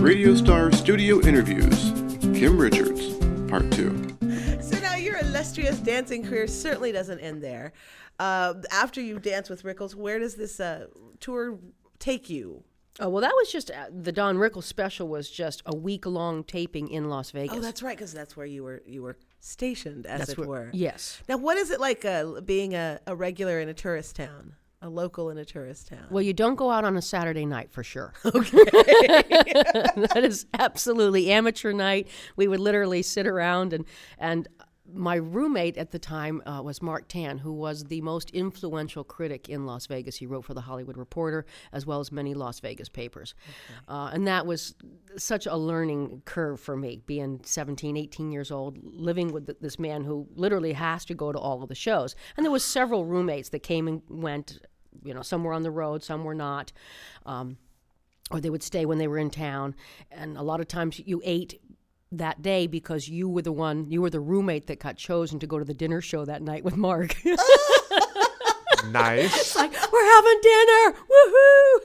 Radio Star Studio Interviews Kim Richards, Part 2. So now your illustrious dancing career certainly doesn't end there. Uh, after you dance with Rickles, where does this uh, tour take you? Oh well, that was just uh, the Don Rickles special was just a week long taping in Las Vegas. Oh, that's right, because that's where you were you were stationed, as That's it where- were. yes. Now, what is it like uh, being a, a regular in a tourist town, a local in a tourist town? Well, you don't go out on a Saturday night for sure. Okay. that is absolutely amateur night. We would literally sit around and and my roommate at the time uh, was Mark Tan, who was the most influential critic in Las Vegas. He wrote for the Hollywood Reporter as well as many Las Vegas papers. Uh, and that was such a learning curve for me, being 17, 18 years old, living with th- this man who literally has to go to all of the shows. And there was several roommates that came and went you know, some were on the road, some were not, um, or they would stay when they were in town. And a lot of times you ate that day because you were the one, you were the roommate that got chosen to go to the dinner show that night with Mark. it's Nice. like, we're having dinner, woohoo!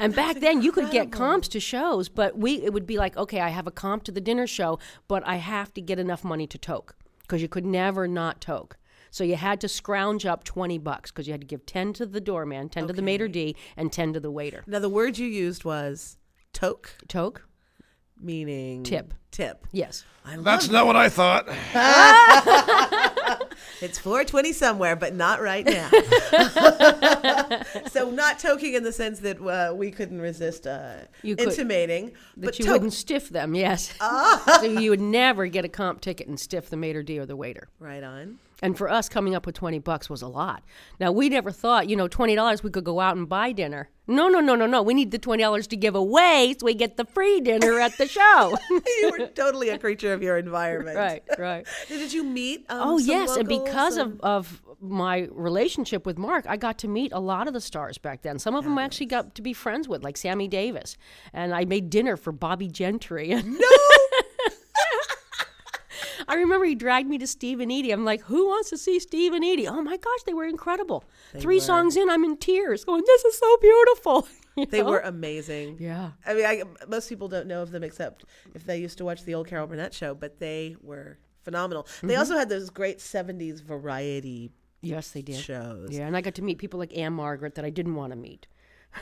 And back then you could get comps to shows, but we it would be like, okay, I have a comp to the dinner show, but I have to get enough money to toke because you could never not toke. So you had to scrounge up 20 bucks because you had to give 10 to the doorman, 10 to the maitre d, and 10 to the waiter. now, the word you used was toke, Toke? meaning Tip. Tip. Yes. I That's love not what I thought. It's 420 somewhere, but not right now. so not toking in the sense that uh, we couldn't resist uh, You could- intimating, That but you toke- wouldn't stiff them, yes. so you would never get a comp ticket and stiff the maitre d' or the waiter. right on. And for us, coming up with 20 bucks was a lot. Now, we never thought, you know, $20 we could go out and buy dinner. No, no, no, no, no. We need the $20 to give away so we get the free dinner at the show. you were totally a creature of your environment. right, right. Did you meet? Um, Oh, some yes. And locals because and- of, of my relationship with Mark, I got to meet a lot of the stars back then. Some of them I actually got to be friends with, like Sammy Davis. And I made dinner for Bobby Gentry. No! I remember he dragged me to Steve and Edie. I'm like, who wants to see Steve and Edie? Oh my gosh, they were incredible. Three songs in, I'm in tears going, this is so beautiful. You they know? were amazing. Yeah. I mean, I, most people don't know of them except if they used to watch the old Carol Burnett show, but they were phenomenal. They Mm-hmm. also had those great 70s variety Yes, they did. shows. Yeah, and I got to meet people like Anne Margaret that I didn't want to meet.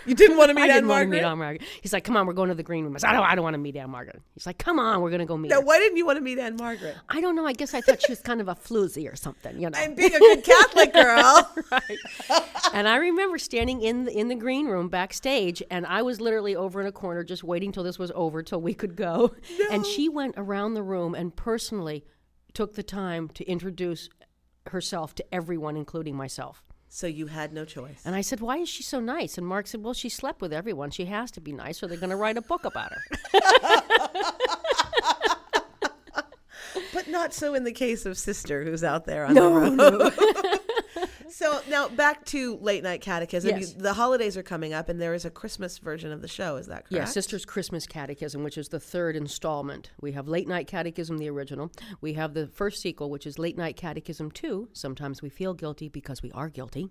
You didn't want to meet I Anne didn't Margaret? want to meet Anne Margaret. He's like, come on, we're going to the green room. I said, I don't, I don't want to meet Anne Margaret. He's like, come on, we're going to go meet Now, her. why didn't you want to meet Anne Margaret? I don't know. I guess I thought she was kind of a floozy or something, you know. I'm being a good Catholic girl. and I remember standing in the, in the green room backstage, and I was literally over in a corner just waiting till this was over, till we could go. And she went around the room and personally took the time to introduce herself to everyone, including myself. so you had no choice. And I said, Why is she so nice? And Mark said, Well, she slept with everyone. She has to be nice, or they're going to write a book about her. But not so in the case of Sister, who's out there on the road. so now back to late night catechism. Yes. You- the holidays are coming up, and there is a Christmas version of the show. Is that correct? Yeah, Sisters Christmas Catechism, which is the third installment. We have Late Night Catechism, the original. We have the first sequel, which is Late Night Catechism 2. Sometimes we feel guilty because we are guilty.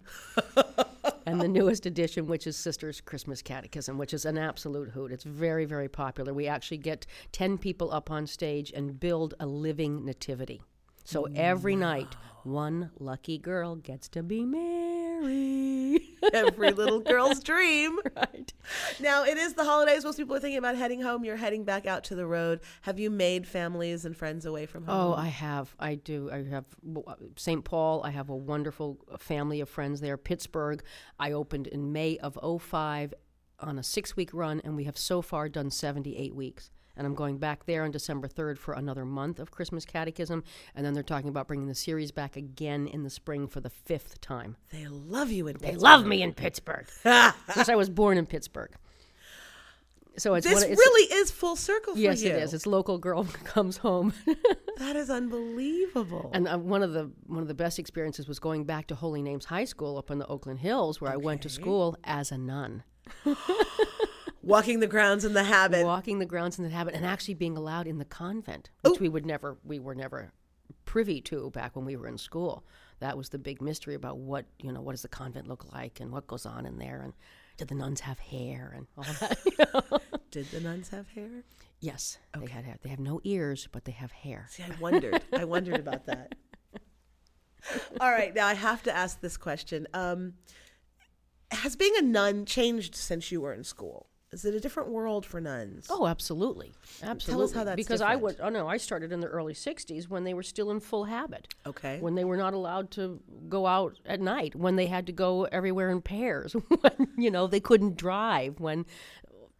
and the newest edition, which is Sisters Christmas Catechism, which is an absolute hoot. It's very, very popular. We actually get 10 people up on stage and build a living nativity. So every night, one lucky girl gets to be Mary. Every little girl's dream. right. Now it is the holidays. Most people are thinking about heading home. You're heading back out to the road. Have you made families and friends away from home? Oh, I have. I do. I have St. Paul. I have a wonderful uh, family of friends there. Pittsburgh. I opened in May of '05 on a six week run, and we have so far done 78 weeks. And I'm going back there on December 3rd for another month of Christmas Catechism. And then they're talking about bringing the series back again in the spring for the fifth time. Oh. they love you in They Pittsburgh. love me in Pittsburgh. because I was born in Pittsburgh. So it's, This one, it's really is full circle for yes, you. it is. It's local girl comes home. That is unbelievable. And uh, one of the one of the best experiences was going back to Holy Names High School up in the Oakland Hills, where I went to school as a nun, Walking the grounds in the habit. walking the grounds in the habit, and actually being allowed in the convent, which we would never we were never privy to back when we were in school. That was the big mystery about what you know what does the convent look like and what goes on in there, and did the nuns have hair and all that? Did the nuns have hair? Yes, they had hair. They have no ears, but they have hair. See, I wondered. I wondered about that. All right, now I have to ask this question. Um, has being a nun changed since you were in school? Is it a different world for nuns? Oh, absolutely, absolutely. that's because I was. different. Oh no, I started in the early '60s when they were still in full habit. okay. When they were not allowed to go out at night, when they had to go everywhere in pairs, when you know they couldn't drive, when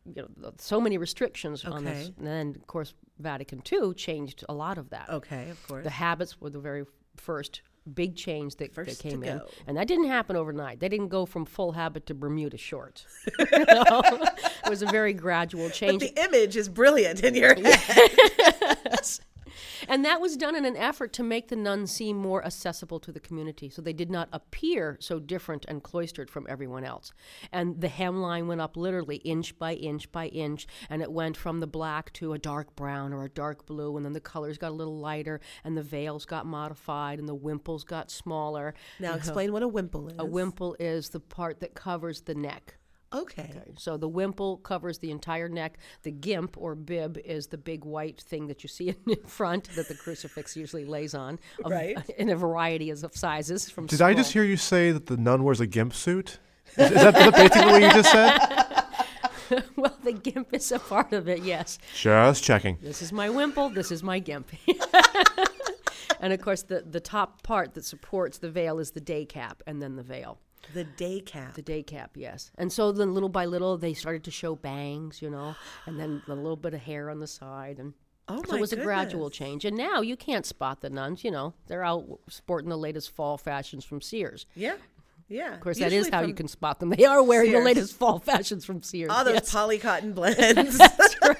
you know th- so many restrictions on this. Okay. And then, of course, Vatican II changed a lot of that. Okay, of course. The habits were the very first big change that, that First to came in. go. And that didn't happen overnight. They didn't go from full habit to Bermuda shorts. You know? it was a very gradual change. the image is brilliant in your head. and that was done in an effort to make the nuns seem more accessible to the community so they did not appear so different and cloistered from everyone else. And the hemline went up literally inch by inch by inch, and it went from the black to a dark brown or a dark blue, and then the colors got a little lighter, and the veils got modified, and the wimples got smaller. Now explain what a wimple is. A wimple is the part that covers the neck. Okay. So the wimple covers the entire neck. The gimp or bib is the big white thing that you see in front that the crucifix usually lays on, of, Right. In a variety of sizes. From Did I just hear you say that the nun wears a gimp suit? Is, is that the basically what you just said? Well, the gimp is a part of it. Yes. Just checking. This is my wimple. This is my gimp. and of course, the the top part that supports the veil is the day cap, and then the veil. The day cap. The day cap, yes. And so then little by little they started to show bangs, you know, and then a little bit of hair on the side and Oh so my it was a gradual goodness. change. And now you can't spot the nuns, you know. They're out w- sporting the latest fall fashions from Sears. Yeah. Yeah. Of course that is how you can. can spot them. They are wearing Sears. the latest fall fashions from Sears. All those yes, poly cotton blends.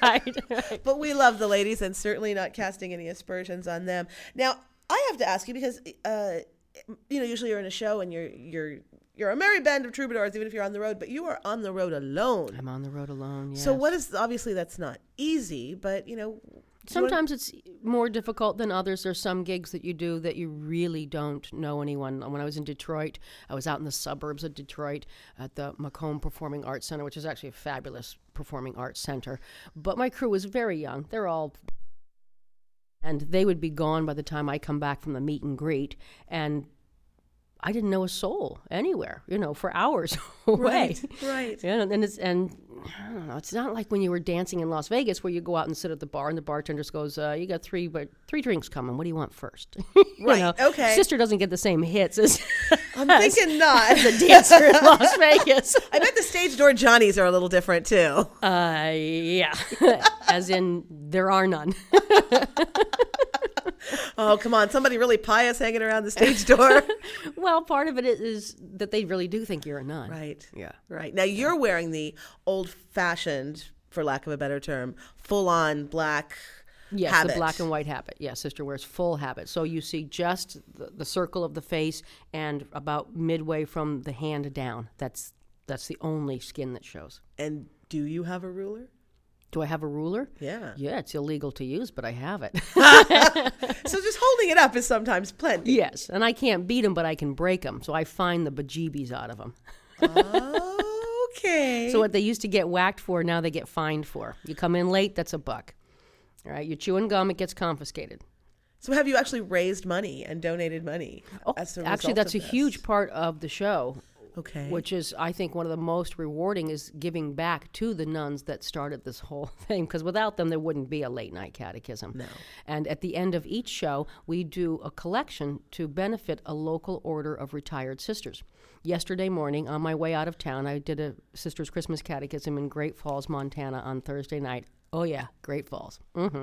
right. right. but we love the ladies and certainly not casting any aspersions on them. Now, I have to ask you because uh, you know, usually you're in a show and you're you're you're a merry band of troubadours even if you're on the road, but you are on the road alone. I'm on the road alone, yes. So what is obviously that's not easy, but you know, Sometimes it's more difficult than others. There's some gigs that you do that you really don't know anyone. When I was in Detroit, I was out in the suburbs of Detroit at the Macomb Performing Arts Center, which is actually a fabulous performing arts center. But my crew was very young. They're all and they would be gone by the time I come back from the meet and greet and I didn't know a soul anywhere, you know, for hours away. right. Yeah, and it's and I don't know. It's not like when you were dancing in Las Vegas, where you go out and sit at the bar, and the bartender just goes, uh, "You got three, but three drinks coming. What do you want first? You Right, know? okay. Sister doesn't get the same hits as I'm thinking not. the dancer in Las Vegas. I bet the stage door Johnnies are a little different too. Uh, yeah, as in there are none. Oh, come on. Somebody really pious hanging around the stage door. well, part of it is that they really do think you're a nun. right. Yeah. Right. Now you're wearing the old fashioned, for lack of a better term, full on black Yes, habit. the black and white habit. Yeah, sister wears full habit. So you see just the, the circle of the face and about midway from the hand down. That's that's the only skin that shows. And do you have a ruler? Do I have a ruler? Yeah. Yeah, it's illegal to use, but I have it. So just holding it up is sometimes plenty. yes, and I can't beat them, but I can break them. So I find the bejeebies out of them. okay. So what they used to get whacked for, now they get fined for. You come in late, that's a buck. All right, you're chewing gum, it gets confiscated. So have you actually raised money and donated money? Oh, as a actually, result that's a of this? huge part of the show. Okay. which is I think one of the most rewarding is giving back to the nuns that started this whole thing because without them there wouldn't be a late night catechism. No. And at the end of each show, we do a collection to benefit a local order of retired sisters. Yesterday morning, on my way out of town, I did a sisters' Christmas catechism in Great Falls, Montana, on Thursday night. Oh yeah, Great Falls. hmm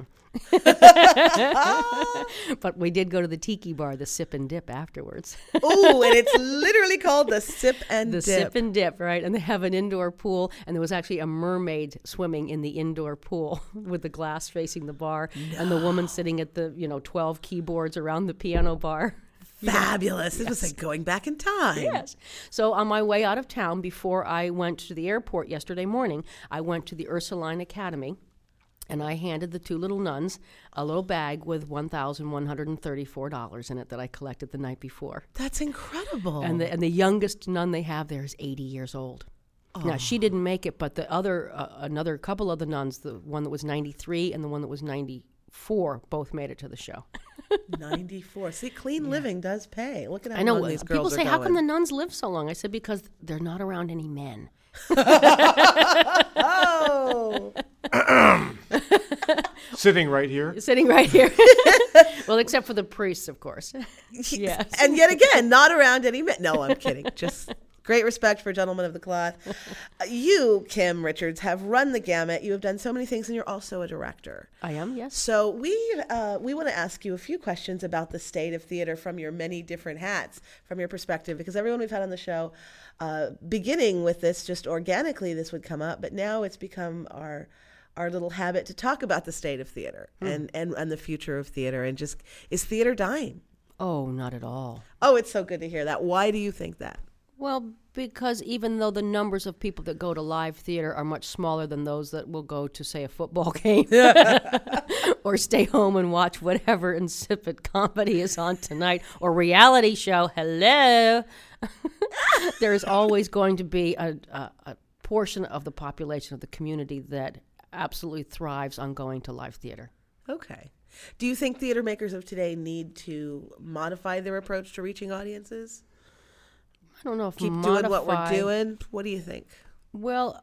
but we did go to the tiki bar, the sip and dip afterwards. Ooh, and it's literally called the sip and the dip. sip and dip, right? And they have an indoor pool, and there was actually a mermaid swimming in the indoor pool with the glass facing the bar, and the woman sitting at the you know twelve keyboards around the piano bar. Fabulous. It was like going back in time. Yes. So on my way out of town, before I went to the airport yesterday morning, I went to the Ursuline Academy. And I handed the two little nuns a little bag with $1,134 in it that I collected the night before. That's incredible. Oh. And the, and the youngest nun they have there is 80 years old. Now she didn't make it, but the other uh, another couple of the nuns, the one that was 93 and the one that was 94, both made it to the show. 94. See, clean living does pay. Look at how I know long these uh, girls people are say, "How come the going." nuns live so long?" I said, "Because they're not around any men." Oh, Sitting right here. Sitting right here. well, except for the priests, of course. Yes. and yet again, not around any men. No, I'm kidding. Just great respect for gentlemen of the cloth. Uh, You, Kim Richards, have run the gamut. You have done so many things, and you're also a director. I am. Yes. So we uh, we want to ask you a few questions about the state of theater from your many different hats, from your perspective, because everyone we've had on the show, uh, beginning with this, just organically this would come up, but now it's become our our little habit to talk about the state of theater and, and and the future of theater and just is theater dying? Oh, not at all. Oh, it's so good to hear that. Why do you think that? Well, because even though the numbers of people that go to live theater are much smaller than those that will go to, say, a football game or stay home and watch whatever insipid comedy is on tonight or reality show, hello, there is always going to be a, a, a portion of the population of the community that absolutely thrives on going to live theater. Okay. Do you think theater makers of today need to modify their approach to reaching audiences? I don't know if Keep doing what we're modify- doing? What do you think? Well,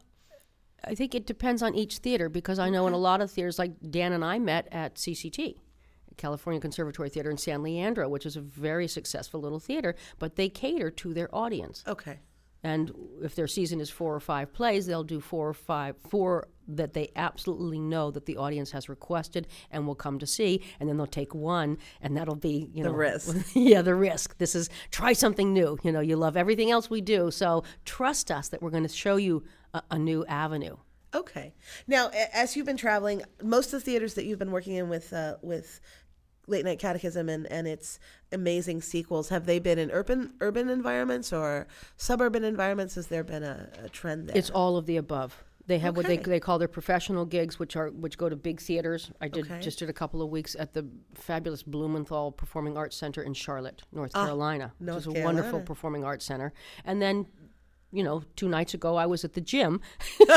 I think it depends on each theater because I know in a lot of theaters, like Dan and I met at CCT, California Conservatory Theater in San Leandro, which is a very successful little theater, but they cater to their audience. Okay. And if their season is four or five plays, they'll do four or five, four that they absolutely know that the audience has requested and will come to see, and then they'll take one, and that'll be you The know risk. yeah, the risk. This is try something new. You know, you love everything else we do, so trust us that we're going to show you a, a new avenue. Okay. Now, a- as you've been traveling, most of the theaters that you've been working in with uh, with Late Night Catechism and, and its amazing sequels, have they been in urban urban environments or suburban environments? Has there been a, a trend there? It's all of the above. They have what they, Okay. they call their professional gigs, which are which go to big theaters. I did Okay. just did a couple of weeks at the fabulous Blumenthal Performing Arts Center in Charlotte, North Carolina, which Ah, North is a wonderful Carolina. performing arts center. And then, you know, two nights ago I was at the gym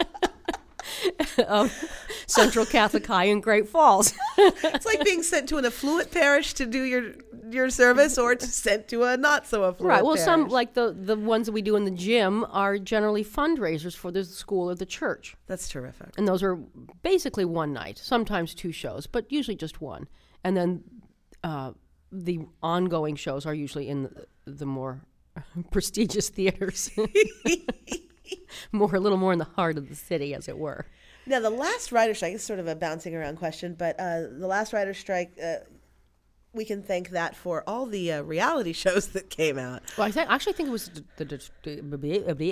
of Um, Central Catholic High in Great Falls. It's like being sent to an affluent parish to do your your service, or to sent to a not so affluent. Right. Well, some parish. like the the ones that we do in the gym are generally fundraisers for the school or the church. that's terrific. and those are basically one night, sometimes two shows, but usually just one. And then uh, the ongoing shows are usually in the, the more prestigious theaters, more a little more in the heart of the city, as it were. Now, the last writer strike is sort of a bouncing around question, but uh, the last writer strike, uh, we can thank that for all the uh, reality shows that came out. Well, I th- actually think it was the,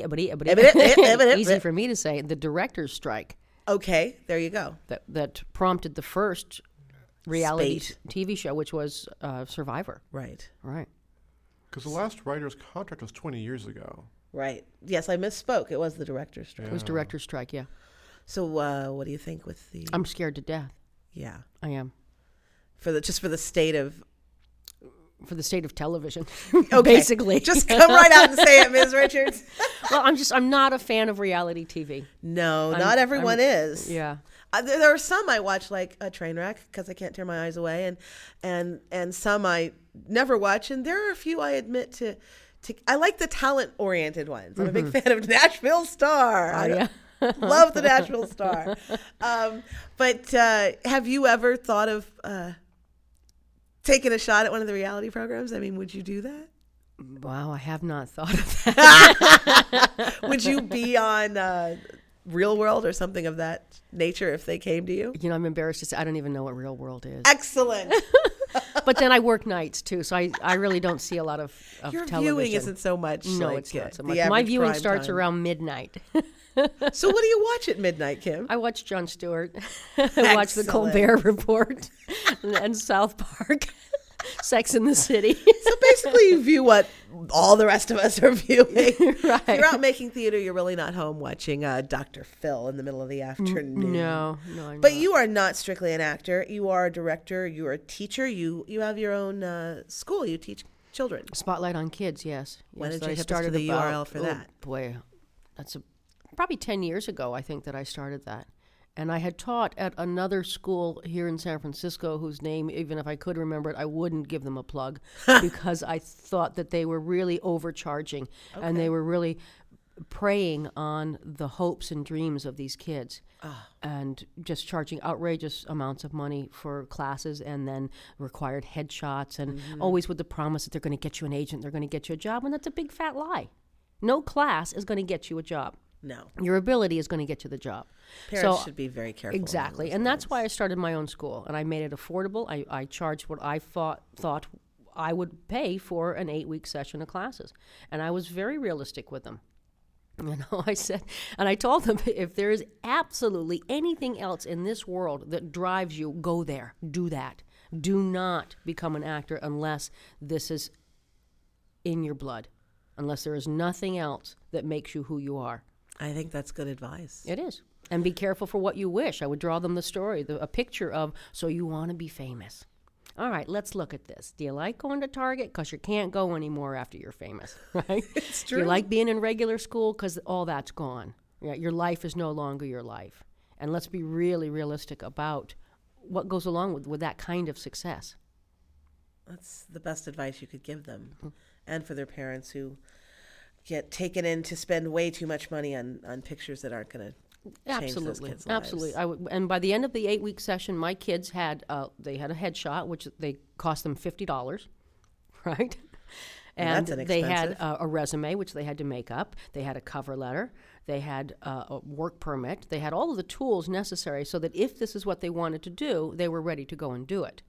Evident- eh. easy for me to say the director's strike Okay, there you go. that that prompted the first reality Spate. TV show, which was uh, Survivor. Right. Right. Because the last writer's contract was 20 years ago. Right. Yes, I misspoke. It was the director's strike. It was director's strike. Yeah, So, uh, what do you think with the I'm scared to death. yeah I am. for the just for the state of for the state of television, Okay, basically. Just come right out and say it, Ms. Richards. well, I'm just I'm not a fan of reality TV. No, not everyone is. Yeah, Uh, there, there are some I watch like a train wreck because I can't tear my eyes away, and and and some I never watch, and there are a few I admit to. to I like the talent oriented ones. I'm a big fan of Nashville Star. I yeah. love the Nashville Star. Um, but uh, have you ever thought of uh, taking a shot at one of the reality programs? I mean, would you do that? Wow, I have not thought of that. Would you be on uh, Real World or something of that nature if they came to you? You know, I'm embarrassed to say I don't even know what Real World is. Excellent. But then I work nights too, so I, I really don't see a lot of, of Your television. viewing isn't so much. no, like, it's not uh, so the much. My average viewing prime starts time. around midnight. So what do you watch at midnight, Kim? I watch Jon Stewart, I watch The Excellent. Colbert Report, and, and South Park, Sex in the City. So basically, you view what all the rest of us are viewing. right. If you're out making theater, you're really not home watching uh, Dr. Phil in the middle of the afternoon. no, no, I'm But not. you are not strictly an actor. You are a director. You are a teacher. You you have your own uh, school. You teach children. Spotlight on Kids, yes. Why yes, don't you I hip us to started the URL about- for oh, that? Boy, that's a, probably 10 years ago, I think, that I started that. And I had taught at another school here in San Francisco whose name, even if I could remember it, I wouldn't give them a plug because I thought that they were really overcharging and they were really preying on the hopes and dreams of these kids and just charging outrageous amounts of money for classes and then required headshots and always with the promise that they're going to get you an agent, they're going to get you a job, and that's a big fat lie. No class is going to get you a job. No, Your ability is going to get you the job. parents so should be very careful. on Exactly. those And that's things. why I started my own school and I made it affordable. I, I charged what I thought, thought I would pay for an eight week session of classes. And I was very realistic with them. You know, I said, and I told them if there is absolutely anything else in this world that drives you, go there, do that. Do not become an actor unless this is in your blood, unless there is nothing else that makes you who you are. I think that's good advice. It is. And be careful for what you wish. I would draw them the story, the, a picture of, so you want to be famous. All right, let's look at this. Do you like going to Target? Because you can't go anymore after you're famous, right? it's true. Do you like being in regular school? Because all that's gone. Yeah, your life is no longer your life. And let's be really realistic about what goes along with, with that kind of success. That's the best advice you could give them, and for their parents who get taken in to spend way too much money on on pictures that aren't going to change those absolutely kids' lives. absolutely I w- and by the end of the eight week session my kids had uh, they had a headshot which they cost them $50 right and that's an they had expensive. uh, a resume which they had to make up they had a cover letter they had uh, a work permit they had all of the tools necessary so that if this is what they wanted to do they were ready to go and do it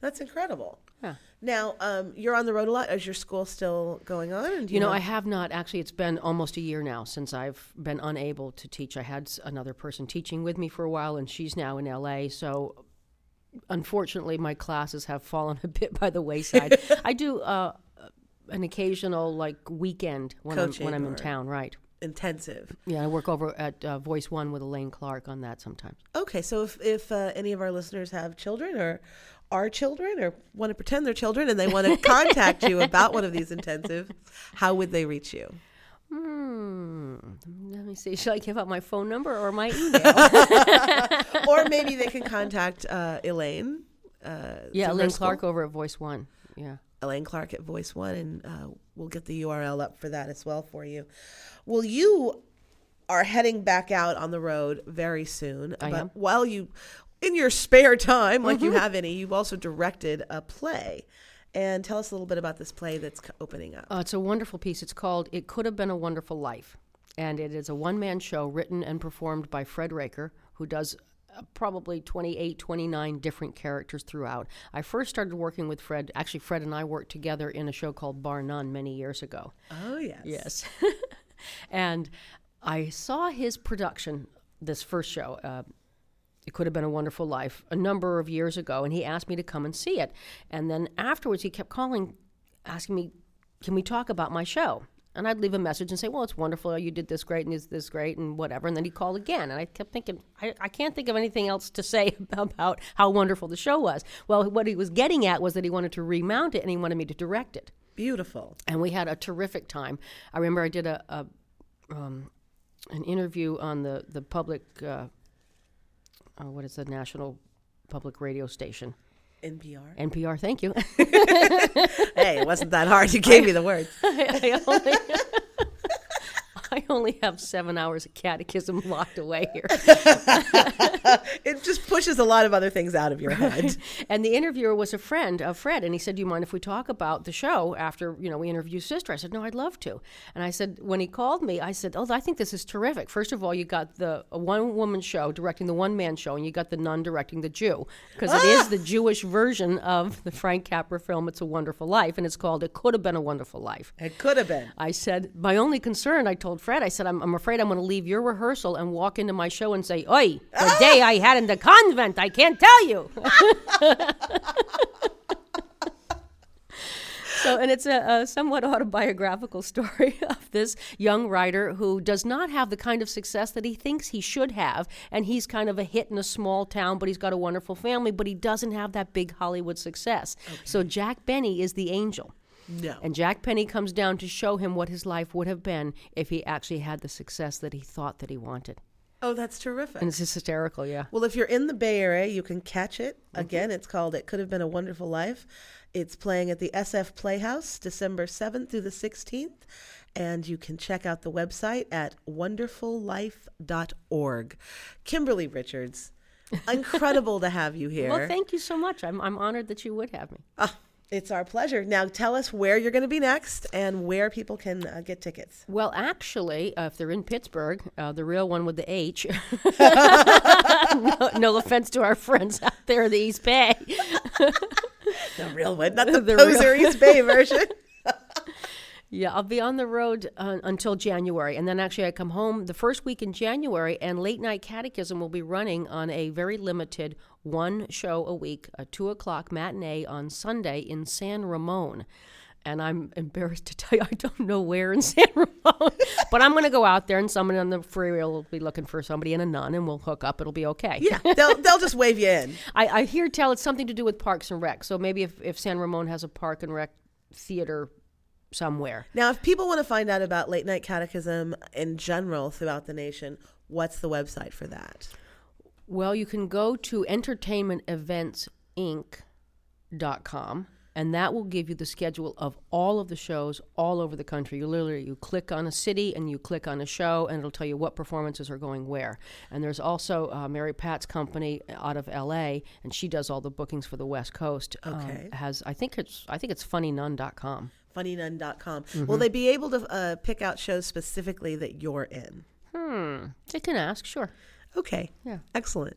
That's incredible. Yeah. Now, um, you're on the road a lot. Is your school still going on? And do You know, I have not actually. It's been almost a year now since I've been unable to teach. I had s- another person teaching with me for a while, and she's now in LA. So, unfortunately, my classes have fallen a bit by the wayside. I do uh, an occasional like weekend when I'm when Coaching I'm in or- town, right? intensive. Yeah, I work over at uh, Voice One with Elaine Clark on that sometimes. Okay, so if, if uh, any of our listeners have children or are children or want to pretend they're children and they want to contact you about one of these intensives, how would they reach you? Hmm. Let me see. Should I give out my phone number or my email? Or maybe they can contact uh, Elaine, uh, through yeah, her Elaine school. Clark over at Voice One. Yeah. Elaine Clark at Voice One, and uh, we'll get the URL up for that as well for you. Well, you are heading back out on the road very soon. I but am. Mm-hmm. while you, in your spare time, like you have any, you've also directed a play. And tell us a little bit about this play that's c- opening up. Uh, it's a wonderful piece. It's called It Could Have Been a Wonderful Life. And it is a one man show written and performed by Fred Raker, who does uh, probably 28, 29 different characters throughout. I first started working with Fred. Actually, Fred and I worked together in a show called Bar None many years ago. Oh yes. Yes. and I saw his production, this first show. Uh, it could have been a wonderful life a number of years ago, and he asked me to come and see it. And then afterwards, he kept calling, asking me, "Can we talk about my show?" And I'd leave a message and say, "Well, it's wonderful. You did this great, and this this great, and whatever." And then he called again, and I kept thinking, I, "I can't think of anything else to say about how wonderful the show was." Well, what he was getting at was that he wanted to remount it, and he wanted me to direct it Beautiful. and we had a terrific time. I remember I did a, a um, an interview on the the public uh, uh, what is the national public radio station NPR. NPR. Thank you. hey, it wasn't that hard. You gave me the words. I only. I only have seven hours of catechism locked away here. It just pushes a lot of other things out of your head. And the interviewer was a friend of Fred, and he said, "Do you mind if we talk about the show after you know we interview Sister?" I said, "No, I'd love to." And I said, when he called me, I said, "Oh, I think this is terrific. First of all, you got the one woman show directing the one man show, and you got the nun directing the Jew because it is the Jewish version of the Frank Capra film It's a Wonderful Life, and it's called It Could Have Been a Wonderful Life." It could have been. I said, my only concern, I told Fred, I said, I'm, I'm afraid I'm going to leave your rehearsal and walk into my show and say, Oi, the day I had in the convent, I can't tell you. so, and it's a, a somewhat autobiographical story of this young writer who does not have the kind of success that he thinks he should have. And he's kind of a hit in a small town, but he's got a wonderful family, but he doesn't have that big Hollywood success. So, Jack Benny is the angel. No. And Jack Penny comes down to show him what his life would have been if he actually had the success that he thought that he wanted. Oh, that's terrific. And it's just hysterical, yeah. Well, if you're in the Bay Area, you can catch it. Again, it's called It Could Have Been a Wonderful Life. It's playing at the SF Playhouse December 7th through the 16th. And you can check out the website at wonderfullife.org. Kimberly Richards, incredible to have you here. Well, thank you so much. I'm, I'm honored that you would have me. Ah, it's our pleasure. Now tell us where you're going to be next and where people can uh, get tickets. Well, actually, uh, if they're in Pittsburgh, uh, the real one with the H, no, no offense to our friends out there in the East Bay, The real one, not the, The real- poser East Bay version. Yeah, I'll be on the road uh, until January. And then actually, I come home the first week in January, and Late Night Catechism will be running on a very limited one show a week, a two o'clock matinee on Sunday in San Ramon. And I'm embarrassed to tell you, I don't know where in San Ramon, but I'm going to go out there, and someone on the freeway will be looking for somebody and a nun, and we'll hook up. It'll be okay. Yeah, they'll, they'll just wave you in. I, I hear tell it's something to do with Parks and Rec. So maybe if, if San Ramon has a Park and Rec theater somewhere. Now, if people want to find out about late night catechism in general throughout the nation, what's the website for that? Well, you can go to entertainmenteventsinc.com and that will give you the schedule of all of the shows all over the country. You literally you click on a city and you click on a show and it'll tell you what performances are going where. And there's also uh, Mary Pat's company out of LA and she does all the bookings for the West Coast. um, Okay. has I think it's I think it's funnynun.com. Funnynun.com. Will they be able to uh, pick out shows specifically that you're in? Hmm. They can ask, sure. Okay. Yeah. Excellent.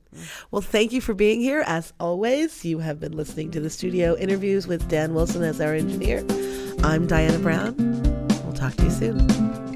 Well, thank you for being here. As always, you have been listening to the studio interviews with Dan Wilson as our engineer. I'm Diana Brown. We'll talk to you soon.